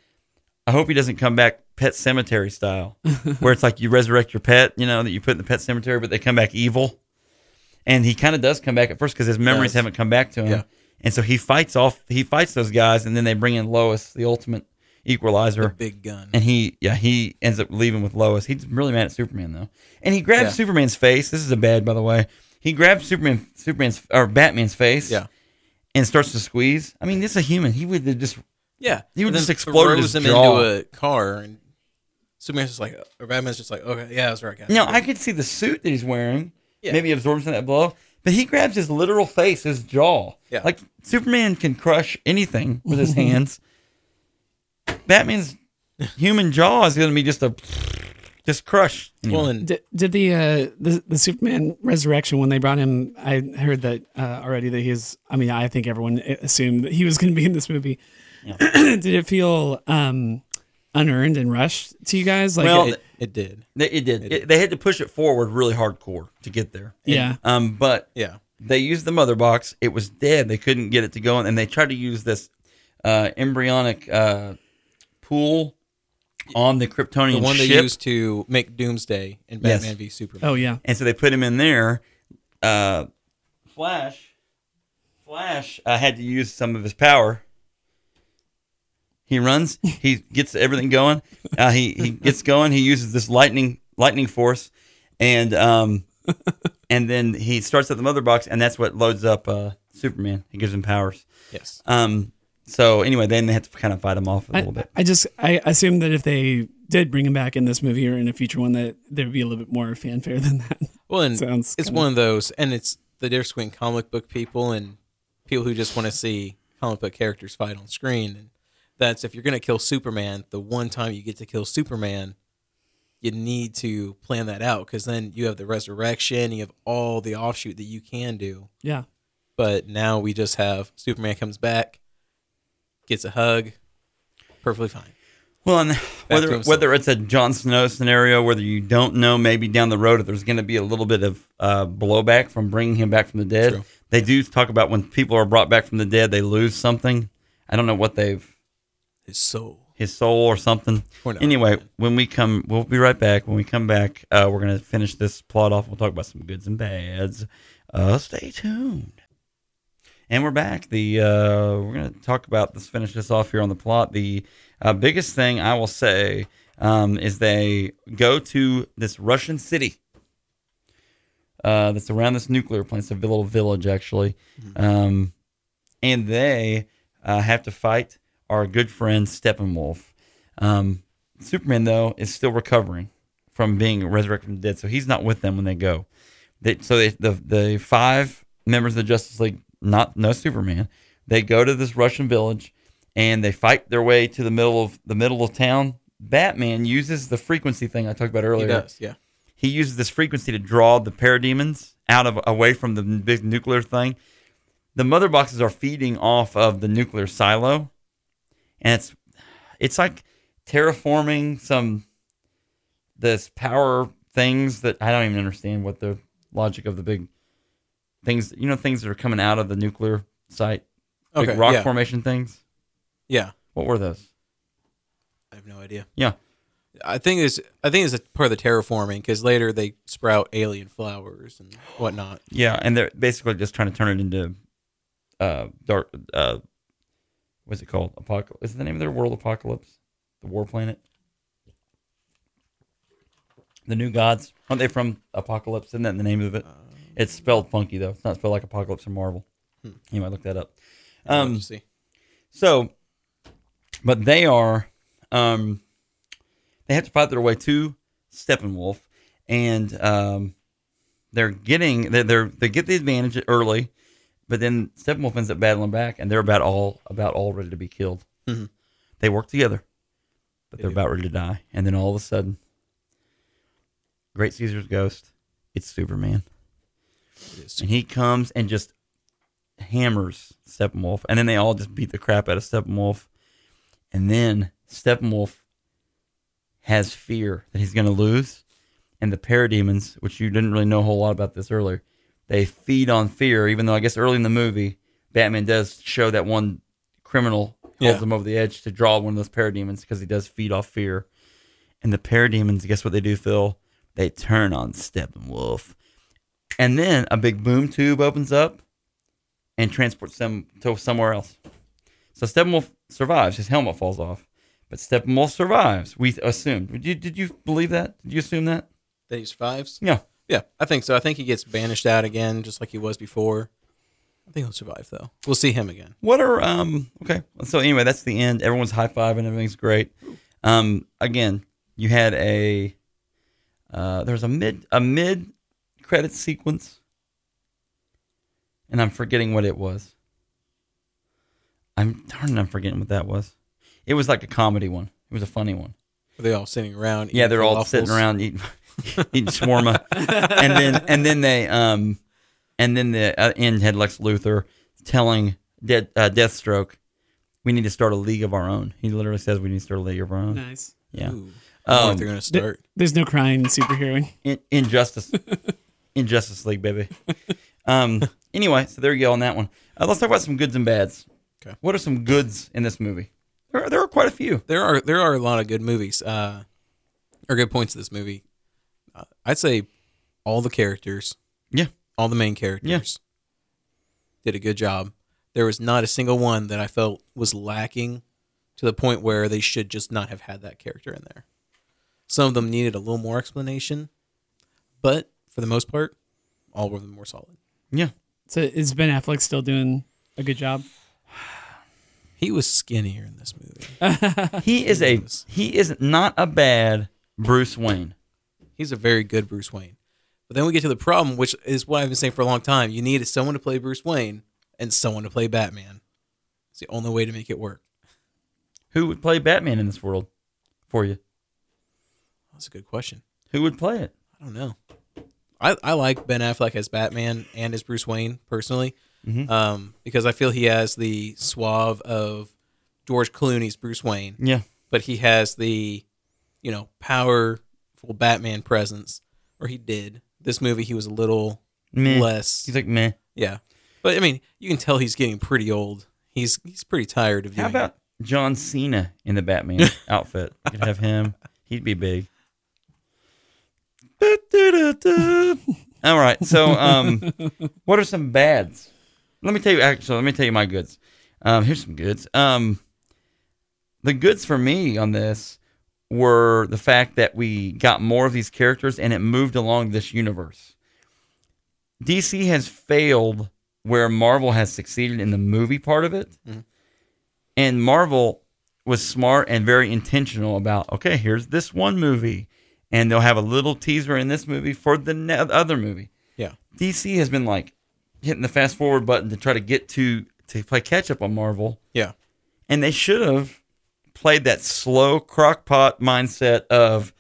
"I hope he doesn't come back Pet Cemetery style, where it's like you resurrect your pet, you know, that you put in the pet cemetery, but they come back evil." And he kind of does come back at first because his memories
Does.
haven't come back to him,
Yeah.
and so he fights off. He fights those guys, and then they bring in Lois, the ultimate equalizer
Big gun.
and he yeah he ends up leaving with lois he's really mad at superman though and he grabs
Yeah.
superman's face this is a bad by the way he grabs superman superman's or batman's face
yeah.
and starts to squeeze i mean this is a human he would have just
Yeah.
He would
And then
just explode his
throws him
jaw.
into a car and Superman's just like or Batman's just like, Okay, yeah, that's right, guys.
no i could see the suit that he's wearing
Yeah.
maybe absorbs some of that blow but he grabs his literal face his jaw
Yeah.
like superman can crush anything with his hands batman's human jaw is going to be just a Just crush.
Well,
Anyway.
and
Did, did the, uh, the the Superman resurrection when they brought him? I heard that uh, already. That he's. I mean, I think everyone assumed that he was going to be in this movie. did it feel um, unearned and rushed to you guys? Like,
Well,
it-
it, it did.
They- it did. It- they had to push it forward really hardcore to get there.
Yeah.
Um, but
Yeah.
they used the mother box. It was dead. They couldn't get it to go, in, and they tried to use this uh, embryonic uh, pool on the Kryptonian
The one
ship.
they used to make Doomsday in
Yes.
Batman v Superman.
oh yeah,
and so they put him in there. Uh, Flash, Flash uh, had to use some of his power. He runs. He gets everything going. Uh, he he gets going. He uses this lightning lightning force, and um, and then he starts at the mother box, and that's what loads up uh, Superman. He gives him powers.
Yes.
Um, so anyway, then they have to kind of fight him off a
I,
little bit.
I just I assume that if they did bring him back in this movie or in a future one, that there would be a little bit more fanfare than that.
Well, and
Sounds
it's
kinda-
one of those, and it's the difference between comic book people and people who just want to see comic book characters fight on screen. And that's if you're going to kill Superman, the one time you get to kill Superman, you need to plan that out because then you have the resurrection, you have all the offshoot that you can do.
Yeah,
But now we just have Superman comes back, gets a hug, perfectly fine.
Well, and whether
himself.
whether it's a Jon Snow scenario, whether you don't know, maybe down the road if there's going to be a little bit of uh, blowback from bringing him back from the dead.
True.
They do talk about when people are brought back from the dead, they lose something. I don't know what they've
His soul.
his soul or something.
We're not
Anyway, when we come, we'll be right back. When we come back, uh, we're going to finish this plot off. We'll talk about some goods and bads. Uh, stay tuned. And we're back. The uh, we're going to talk about let's finish this off here on the plot. The uh, biggest thing I will say um, is they go to this Russian city uh, that's around this nuclear plant. It's a little village actually, um, and they uh, have to fight our good friend Steppenwolf. Um, Superman though is still recovering from being resurrected from the dead, so he's not with them when they go. They, so they, the the five members of the Justice League, not no Superman, they go to this Russian village and they fight their way to the middle of the middle of town. Batman uses the frequency thing I talked about
He
earlier
does, yeah.
he uses this frequency to draw the parademons out of away from the big nuclear thing. The mother boxes are feeding off of the nuclear silo, and it's it's like terraforming some this power things that I don't even understand what the logic of the big things you know things that are coming out of the nuclear site, big
Okay,
rock
yeah.
formation things.
Yeah.
What were those?
I have no idea.
Yeah,
I think it's I think it's a part of the terraforming because later they sprout alien flowers and whatnot.
yeah, and they're basically just trying to turn it into uh dark uh what's it called? Apocalypse. Is the name of their world Apocalypse? The War Planet. The New Gods. Aren't they from Apocalypse? Isn't that the name of it? it's spelled funky though. It's not spelled like Apocalypse or Marvel. You might look that up. Um,
Let's see.
so, but they are, um, they have to fight their way to Steppenwolf, and um, they're getting they're, they're they get the advantage early, but then Steppenwolf ends up battling back, and they're about all about all ready to be killed.
Mhm.
They work together, but
They
they're
do.
about ready to die, and then all of a sudden, Great Caesar's ghost, it's Superman and he comes and just hammers Steppenwolf, and then they all just beat the crap out of Steppenwolf, and then Steppenwolf has fear that he's going to lose, and the parademons, which you didn't really know a whole lot about this earlier, they feed on fear. Even though I guess early in the movie, Batman does show that one criminal holds
Yeah.
him over the edge to draw one of those parademons because he does feed off fear, and the parademons, guess what they do, Phil? They turn on Steppenwolf. And then a big boom tube opens up and transports them to somewhere else. So Steppenwolf survives. His helmet falls off, but Steppenwolf survives. We assumed. Did you, did you believe that? Did you assume that?
that he survives.
Yeah.
Yeah, I think so. I think he gets banished out again, just like he was before. I think he'll survive though. We'll see him again.
What are um okay? So anyway, that's the end. Everyone's high five and everything's great. Um, again, you had a uh, there's a mid a mid credit sequence, and I'm forgetting what it was. I'm darn, it, I'm forgetting what that was. It was like a comedy one. It was a funny one.
Are they all sitting around?
Yeah,
eating
they're all
falafels?
sitting around eating, eating shawarma, and then and then they um, and then the uh, end had Lex Luthor telling Dead uh, Deathstroke, "We need to start a league of our own." He literally says, "We need to start a league of our own."
Nice.
Yeah,
Ooh, I wonder if
Um,
they're gonna
Th-
start.
There's no crying in superheroing.
In, injustice, injustice league, baby. Um. Anyway, so there you go on that one. Uh, let's talk about some goods and bads.
Okay.
What are some goods in this movie? There are, there are quite a few.
there are there are a lot of good movies uh or good points of this movie uh, i'd say all the characters
Yeah.
all the main characters did a good job there was not a single one that i felt was lacking to the point where they should just not have had that character in there some of them needed a little more explanation but for the most part all of them were solid
Yeah.
So is Ben Affleck still doing a good job?
he was skinnier in this movie
He is a
Goodness.
he is not a bad Bruce Wayne.
He's a very good Bruce Wayne. But then we get to the problem, which is what I've been saying for a long time. You need someone to play Bruce Wayne and someone to play Batman. It's the only way to make it work.
Who would play Batman in this world for you?
That's a good question.
Who would play it?
I don't know. I, I like Ben Affleck as Batman and as Bruce Wayne personally,
Mhm.
um, because I feel he has the suave of George Clooney's Bruce Wayne.
Yeah.
but he has the you know powerful Batman presence, or he did. This movie, he was a little
Meh.
less.
He's like, meh.
Yeah, but I mean, you can tell he's getting pretty old. He's he's pretty tired of doing.
How about John Cena in the Batman outfit? You could have him. He'd be big. Da-da-da-da. All right. So, um, what are some bads? Let me tell you. Actually, let me tell you my goods. Um, here's some goods. Um, the goods for me on this were the fact that we got more of these characters and it moved along this universe. DC has failed where Marvel has succeeded in the movie part of it. And Marvel was smart and very intentional about okay, here's this one movie, and they'll have a little teaser in this movie for the ne- other movie.
Yeah,
DC has been like hitting the fast forward button to try to get to to play catch up on Marvel,
yeah,
and they should have played that slow crockpot mindset of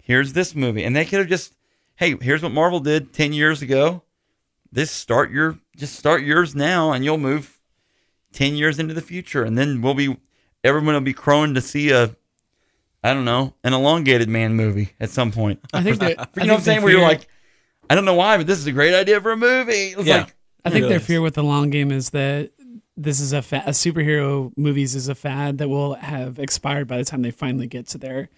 here's this movie, and they could have just hey, here's what Marvel did ten years ago. This start your just start yours now, and you'll move ten years into the future, and then we'll be everyone will be crowing to see a I don't know an elongated man movie at some point.
I think that
You know what I'm saying? Where you're like, I don't know why, but this is a great idea for a movie. It's
Yeah.
like,
I think their
Yes.
fear with the long game is that this is a, fa- a superhero movies is a fad that will have expired by the time they finally get to their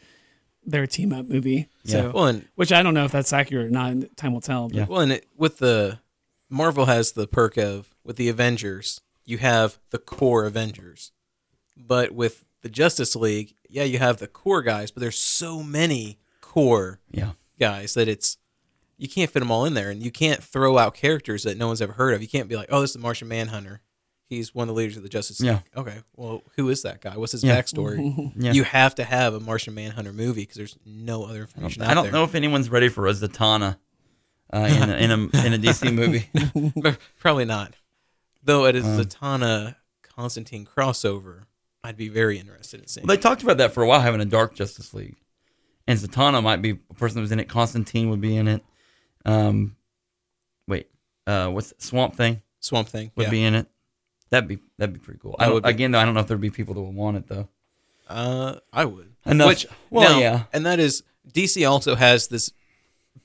their team up movie. So,
Well, and
which I don't know if that's accurate or not. Time will tell. But
Yeah.
well, and it, with the Marvel has the perk of with the Avengers, you have the core Avengers, but with the Justice League, yeah, you have the core guys, but there's so many core
yeah,
guys that it's you can't fit them all in there, and you can't throw out characters that no one's ever heard of. You can't be like, oh, this is the Martian Manhunter. He's one of the leaders of the Justice League.
Yeah.
Okay. Well, who is that guy? What's his
Yeah.
backstory?
Yeah.
You have to have a Martian Manhunter movie because there's no other information
I
out
don't
there.
know if anyone's ready for a Zatanna uh, in, a, in a in a DC movie.
But Probably not. Though it is
Uh.
a Zatanna Constantine crossover, I'd be very interested in seeing.
they talked about that for a while, having a Dark Justice League, and Zatanna might be a person who's in it. Constantine would be in it. Um, wait, uh, what's Swamp Thing
Swamp Thing
would
yeah.
be in it. That'd be that'd be pretty cool.
That
I
would
would
be-
again though. I don't know if there'd be people that would want it though.
Uh, I would.
Enough-
Which,
well,
now-
yeah.
And that is DC also has this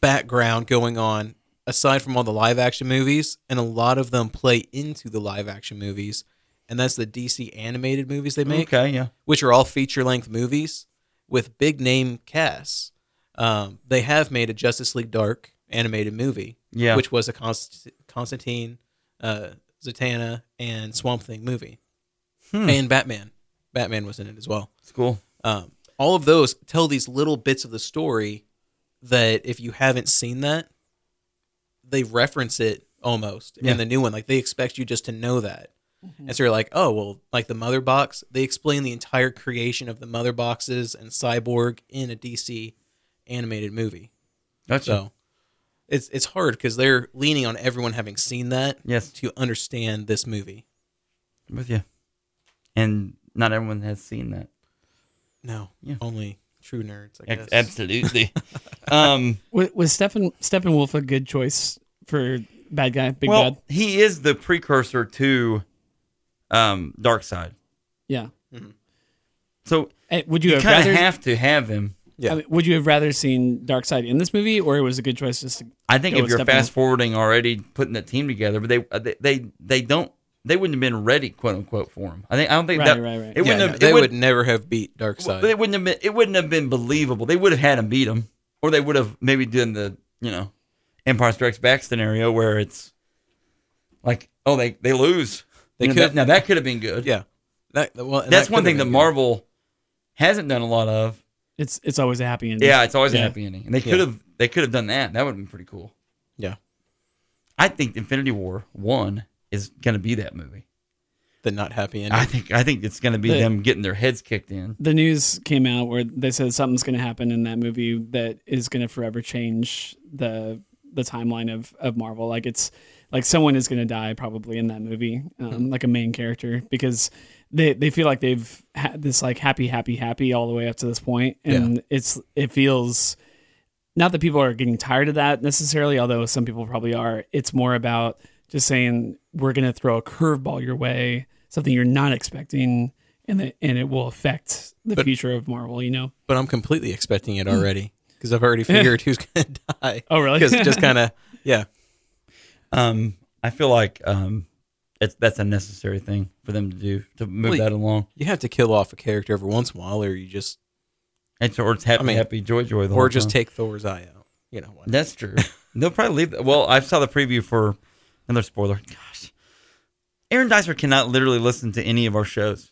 background going on aside from all the live action movies, and a lot of them play into the live action movies, and that's the DC animated movies they make,
Okay, yeah,
which are all feature length movies with big name casts. Um, they have made a Justice League Dark animated movie,
Yeah.
which was a Const- Constantine, uh, Zatanna, and Swamp Thing movie,
Hmm.
and Batman. Batman was in it as well
it's cool.
um, all of those tell these little bits of the story that if you haven't seen that they reference it almost
Yeah.
in the new one like they expect you just to know that and so you're like oh well like the mother box they explain the entire creation of the mother boxes and cyborg in a dc animated movie
Gotcha.
so it's it's hard because they're leaning on everyone having seen that
Yes.
to understand this movie
I'm with you, and not everyone has seen that.
no
Yeah.
only True nerds, I guess.
Ex- Absolutely. um,
Was, was Steppen, Steppenwolf a good choice for bad guy, big
well,
bad?
he is the precursor to um, Dark Side.
Yeah.
So
Eh, Would you,
you
have
kind
rather?
of have to have him.
Yeah.
I mean, would you have rather seen Dark Side in this movie, or it was a good choice just to
I think
Go
if
with
you're
Steppenwolf.
fast forwarding already, putting the team together, but they uh, they they, they don't they wouldn't have been ready, quote unquote, for him. I think I don't think
Right,
that
right, right.
it wouldn't
Yeah,
have
no, they
it
would,
would,
never have beat Darkseid.
But it wouldn't have been it wouldn't have been believable. They would have had him beat him, or they would have maybe done the you know Empire Strikes Back scenario where it's like oh they they lose.
They
You know,
could-
that- now that could have been good.
yeah. That, well, and
that's
that
one
could've
thing that
been good.
Marvel hasn't done a lot of.
It's it's always a happy ending.
Yeah, it's always a
Yeah.
happy ending, and they
Yeah.
could have they could have done that. That would have been pretty cool.
Yeah.
I think Infinity War one is going to be that movie.
The not happy ending.
I think I think it's going to be
The-
them getting their heads kicked in.
The news came out where they said something's going to happen in that movie that is going to forever change the the timeline of of Marvel. Like it's like someone is going to die probably in that movie, um, like a main character because they they feel like they've had this like happy happy happy all the way up to this point, and it's it feels. Not that people are getting tired of that necessarily, although some people probably are. It's more about just saying we're going to throw a curveball your way, something you're not expecting, and that, and it will affect the
But-
future of Marvel. You know?
but I'm completely expecting
Hmm.
it already because I've already figured who's going to die.
Oh, really?
Because it just kind of, yeah.
Um, I feel like um, it's that's a necessary thing for them to do to move
Well,
that along.
You have to kill off a character every once in a while, or you just,
It's or it's happy,
I mean,
happy, joy, joy. The whole
or just
time.
take Thor's eye out. You know what?
That's true. They'll probably leave. that- Well, I saw the preview for another spoiler. Gosh, Aaron Dicer cannot literally listen to any of our shows.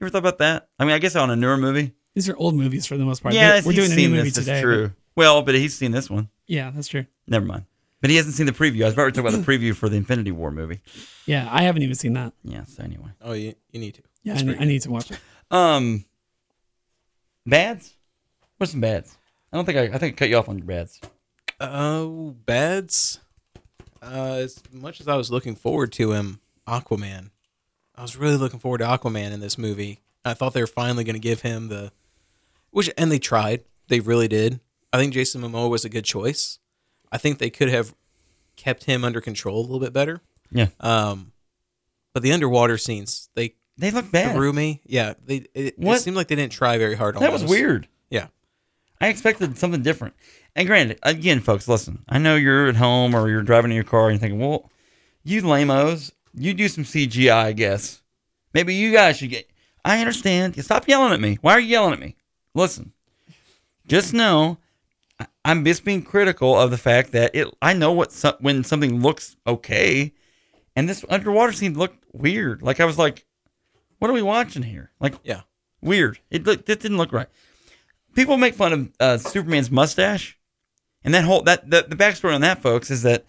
You ever thought about that? I mean, I guess on a newer movie.
These are old movies for the most part.
yeah,
They're- we're
he's
doing a new
seen
movie
this.
today.
It's
but-
true. Well, but he's seen this one.
Yeah, that's true.
Never mind. But he hasn't seen the preview. I was about to talk about the preview for the Infinity War movie.
Yeah, I haven't even seen that.
Yeah. So anyway,
Oh, you, you need to.
Yeah,
It's
I,
pretty
I need to watch it.
um, bads. What's some bads? I don't think I. I think I cut you off on your bads.
Oh, Bads. Uh, as much as I was looking forward to him, Aquaman. I was really looking forward to Aquaman in this movie. I thought they were finally going to give him the, which and they tried. They really did. I think Jason Momoa was a good choice. I think they could have kept him under control a little bit better.
Yeah.
Um, but the underwater scenes they
They look bad.
threw me. Yeah, they it, it
What?
seemed like they didn't try very hard. on
That was
those.
weird.
Yeah.
I expected something different. And granted, again, folks, listen, I know you're at home or you're driving in your car and you're thinking, well, you lamos, you do some CGI, I guess. Maybe you guys should get. I understand. You stop yelling at me. Why are you yelling at me? Listen, just know I- I'm just being critical of the fact that it. I know what so, when something looks okay, and this underwater scene looked weird. Like I was like, what are we watching here? Like
Yeah.
weird. It look, that didn't look right. People make fun of uh, Superman's mustache, and that whole that the, the backstory on that, folks, is that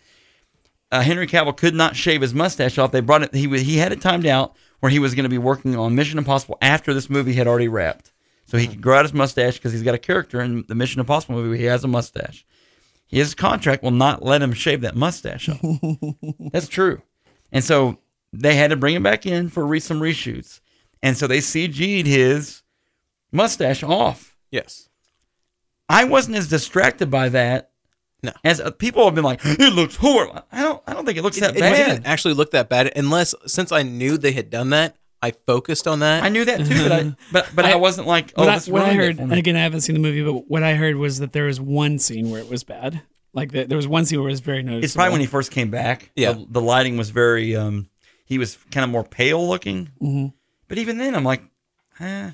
uh, Henry Cavill could not shave his mustache off. They brought it. He wa- he had it timed out where he was going to be working on Mission Impossible after this movie had already wrapped, so he could grow out his mustache because he's got a character in the Mission Impossible movie. where He has a mustache. His contract will not let him shave that mustache off. That's true. And so they had to bring him back in for re- some reshoots. And so they CG'd his mustache off.
Yes.
I wasn't as distracted by that
No.
as uh, people have been like, it looks horrible. I don't I don't think it looks that
it, it
bad.
didn't actually look that bad unless since I knew they had done that, I focused on that.
I knew that too, but I but, but I,
I-
wasn't like, oh,
what, I,
this
what I
ruined it
heard,
for
and
me.
again, I haven't seen the movie, but what I heard was that there was one scene where it was bad. Like that, there was one scene where it was very noticeable.
It's probably when he first came back.
Yeah.
The, the lighting was very um he was kind of more pale looking. Mm-hmm. But even then I'm like, eh.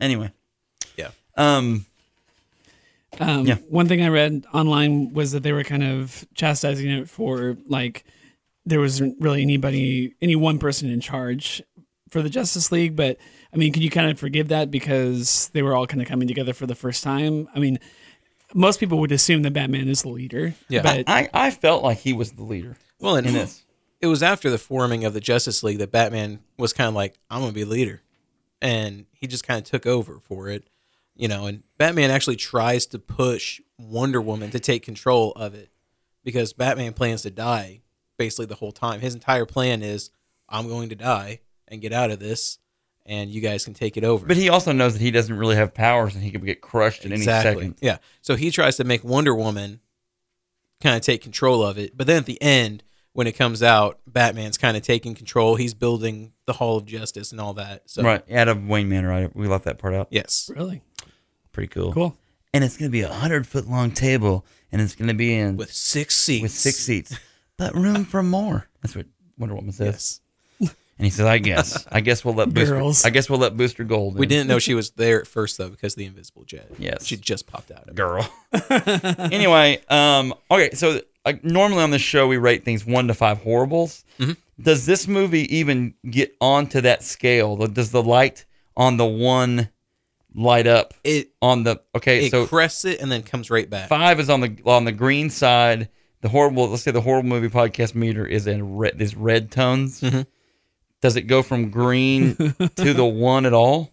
Anyway.
Yeah.
Um
Um,
Yeah.
One thing I read online was that they were kind of chastising it for like there wasn't really anybody, any one person in charge for the Justice League. But I mean, can you kind of forgive that because they were all kind of coming together for the first time? I mean, most people would assume that Batman is the leader.
Yeah.
But
I, I felt like he was the leader.
well, and
in this.
it was after the forming of the Justice League that Batman was kind of like, "I'm gonna be leader," and he just kind of took over for it, you know. And Batman actually tries to push Wonder Woman to take control of it because Batman plans to die basically the whole time. His entire plan is, "I'm going to die and get out of this," and you guys can take it over.
But he also knows that he doesn't really have powers and he could get crushed at any second.
Yeah. So he tries to make Wonder Woman kind of take control of it. But then at the end, when it comes out, Batman's kind of taking control. He's building the Hall of Justice and all that. So
Right, out of Wayne Manor, right? We left that part out.
yes.
Really
Pretty cool.
cool.
And it's going to be a hundred foot long table, and it's going to be in
With six seats.
with six seats, but room for more. That's what Wonder Woman says.
Yes.
And he says, "I guess, I guess we'll let Booster,
Girls.
I guess we'll let Booster Gold."
We
in."
didn't know she was there at first though because of the invisible jet.
Yes.
She just popped out. Of it.
girl. anyway, um, okay, so uh, normally on this show we rate things one to five horribles.
Mm-hmm.
Does this movie even get onto that scale? Does the light on the one light up
It
on the okay?
it
so
crests it and then comes right back.
five is on the on the green side. The horrible, let's say the horrible movie podcast meter is in red, these red tones.
Mm-hmm.
Does it go from green to the one at all?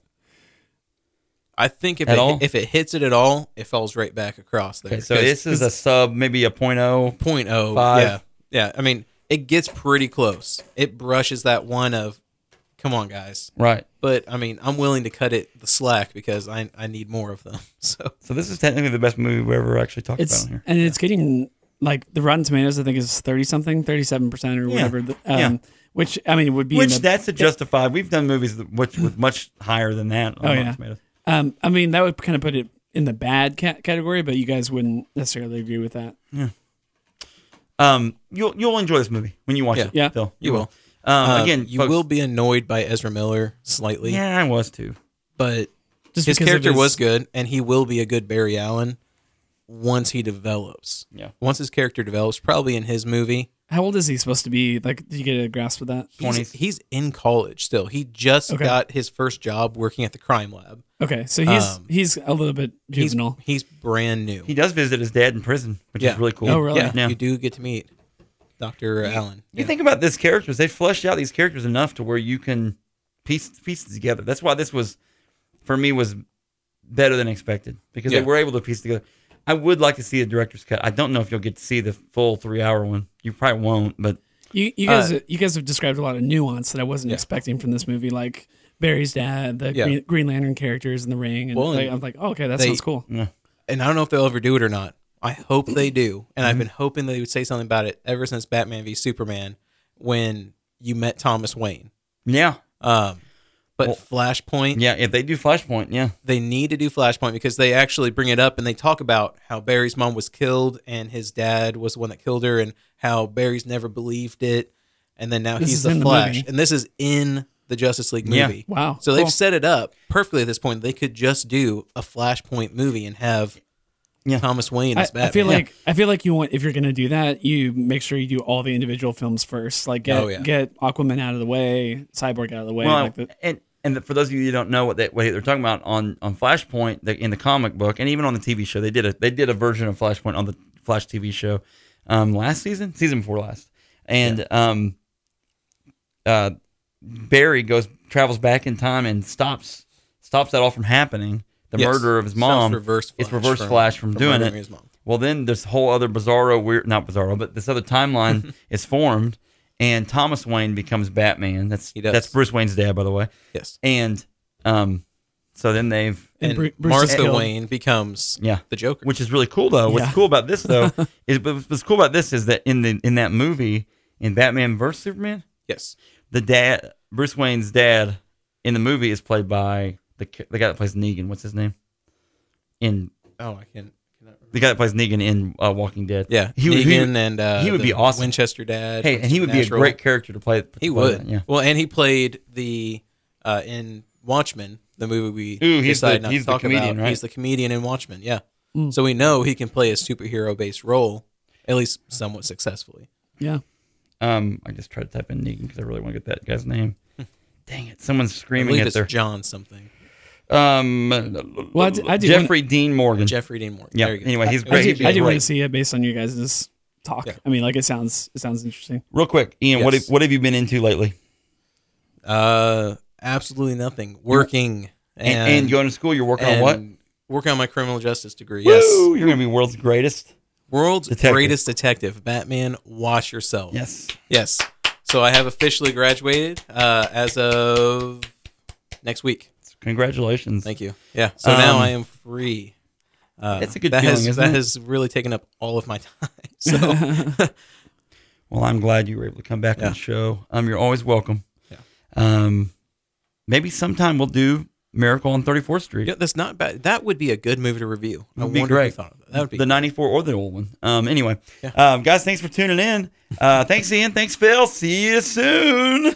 I think if
At
it,
all?
if it hits it at all, it falls right back across there.
Okay, so
'Cause
this is a sub, maybe a point oh.
point oh
Five.
yeah yeah i mean it gets pretty close it brushes that one of come on guys
Right.
but i mean i'm willing to cut it the slack because i i need more of them so
So this is technically the best movie we ever actually talked
It's
about on here.
and it's getting like the Rotten Tomatoes. I think is thirty something, thirty seven percent or whatever. the- Um,
Yeah.
Which I mean would be in
Which
the-
that's a justified. We've done movies that- which with much higher than that. On
Oh,
Rotten
yeah.
Tomatoes.
Um, I mean, that would kind of put it in the bad cat category, but you guys wouldn't necessarily agree with that.
Um, you'll you'll enjoy this movie when you watch
Yeah.
it.
Yeah.
Phil.
You will.
Um,
uh,
again,
you
folks-
will be annoyed by ezra miller slightly
Yeah, I was too.
but
Just
his
because of
character
his-
was good and he will be a good barry allen once he develops
Yeah.
once his character develops probably in his movie
How old is he supposed to be? Like, did you get a grasp of that?
he's,
20s.
he's in college still he just
Okay.
got his first job working at the crime lab
Okay, so he's
Um,
he's a little bit
he's,
juvenile.
he's brand new
He does visit his dad in prison, which
Yeah.
is really cool.
Oh, really?
Yeah,
Yeah.
you do get to meet Dr. Allen.
You think about this characters, they fleshed out these characters enough to where you can piece pieces together. That's why this was for me was better than expected because
Yeah.
they were able to piece together. I would like to see a director's cut. I don't know if you'll get to see the full three hour one. You probably won't, but
You you guys you guys have described a lot of nuance that I
uh,
wasn't
Yeah.
expecting from this movie, like Barry's dad, the
Yeah.
Green, Green Lantern characters in the ring, and
Well,
like,
and
I'm like, oh, okay, that
they-
sounds cool.
And I don't know if they'll ever do it or not. I hope they do. And
Mm-hmm.
I've been hoping they would say something about it ever since Batman v Superman when you met Thomas Wayne.
yeah,
Um, but
Well-
Flashpoint,
yeah. If they do Flashpoint, yeah,
they need to do Flashpoint because they actually bring it up and they talk about how Barry's mom was killed and his dad was the one that killed her and how Barry's never believed it. And then now
This
he's
is
the
in the
Flash.
movie.
and this is in the Justice League
Yeah.
movie.
Wow.
So they've
cool.
set it up perfectly at this point. They could just do a Flashpoint movie and have
Yeah.
Thomas Wayne
I,
as Batman.
I feel like I feel like you want if you're gonna do that, you make sure you do all the individual films first. Like get
Oh, yeah.
get Aquaman out of the way, Cyborg out of the way.
Well,
like the,
and and for those of you who don't know what they what they're talking about on on Flashpoint the, in the comic book and even on the TV show, they did a they did a version of Flashpoint on the Flash TV show um, last season, season before last, and um, uh, Barry goes travels back in time and stops stops that all from happening. The
Yes.
murder of his
So it's
mom.
reverse
it's
Flash
reverse
from-
flash from,
from
doing
murdering
it.
his mom.
Well, then this whole other bizarro weird not bizarro, but this other timeline is formed, and Thomas Wayne becomes Batman. That's
He does.
that's Bruce Wayne's dad, by the way.
yes.
And um, so then they've
And
And,
Bru- Bruce is
Martha
killed.
Wayne becomes
yeah,
the Joker.
which is really cool though. What's
Yeah.
cool about this though is but what's cool about this is that in the in that movie in Batman vs Superman,
yes.
the dad Bruce Wayne's dad in the movie is played by the ca- the guy that plays Negan. What's his name? In
Oh, I can cannot remember.
the guy that plays Negan in uh, Walking Dead.
Yeah.
he,
Negan
would- he would-
and uh,
he would
the
be awesome.
Winchester dad.
Hey, and he would be a
Supernatural.
great character to play. to play
He would.
that, Yeah.
Well, and he played the uh, in Watchmen, the movie we
Ooh, he's
decided
the-
not
he's
to
the
talk
comedian,
about.
right?
He's the comedian in Watchmen. Yeah. So we know he can play a superhero based role, at least somewhat successfully.
yeah.
Um, I just tried to type in Negan because I really want to get that guy's name. Dang it! Someone's
I
screaming
Hmm. believe
at
it's
their
John something.
um.
Well, I d- I do
Jeffrey Dean Morgan.
Jeffrey Dean Morgan.
Yeah.
There you go.
Anyway, he's
I
great.
do, I do
Great.
want to see it based on your guys' talk.
Yeah.
I mean, like it sounds it sounds interesting.
Real quick, Ian, what
Yes.
have, what have you been into lately?
Uh, absolutely nothing. Working and,
And, and, going to school, you're working on what?
and Working on my criminal justice degree. Yes.
Woo! you're gonna be world's greatest.
World's
Detective.
greatest detective, Batman. Watch yourself.
Yes.
Yes. So I have officially graduated uh, as of next week.
Congratulations.
Thank you. Yeah. So now
Um,
I am free. Uh,
That's a good
that
feeling,
has,
isn't
that
it?
has really taken up all of my time. So
Well, I'm glad you were able to come back
Yeah.
on the show. Um, you're always welcome.
Yeah.
Um, maybe sometime we'll do Miracle on 34th Street,
yeah, that's not bad. That would be a good movie to review. I
Would be
wonder if
great.
you thought of that. That would be
the 94 or the old one. Um, anyway,
Yeah.
um, guys, thanks for tuning in. Uh, thanks, Ian. Thanks, Phil. See you soon.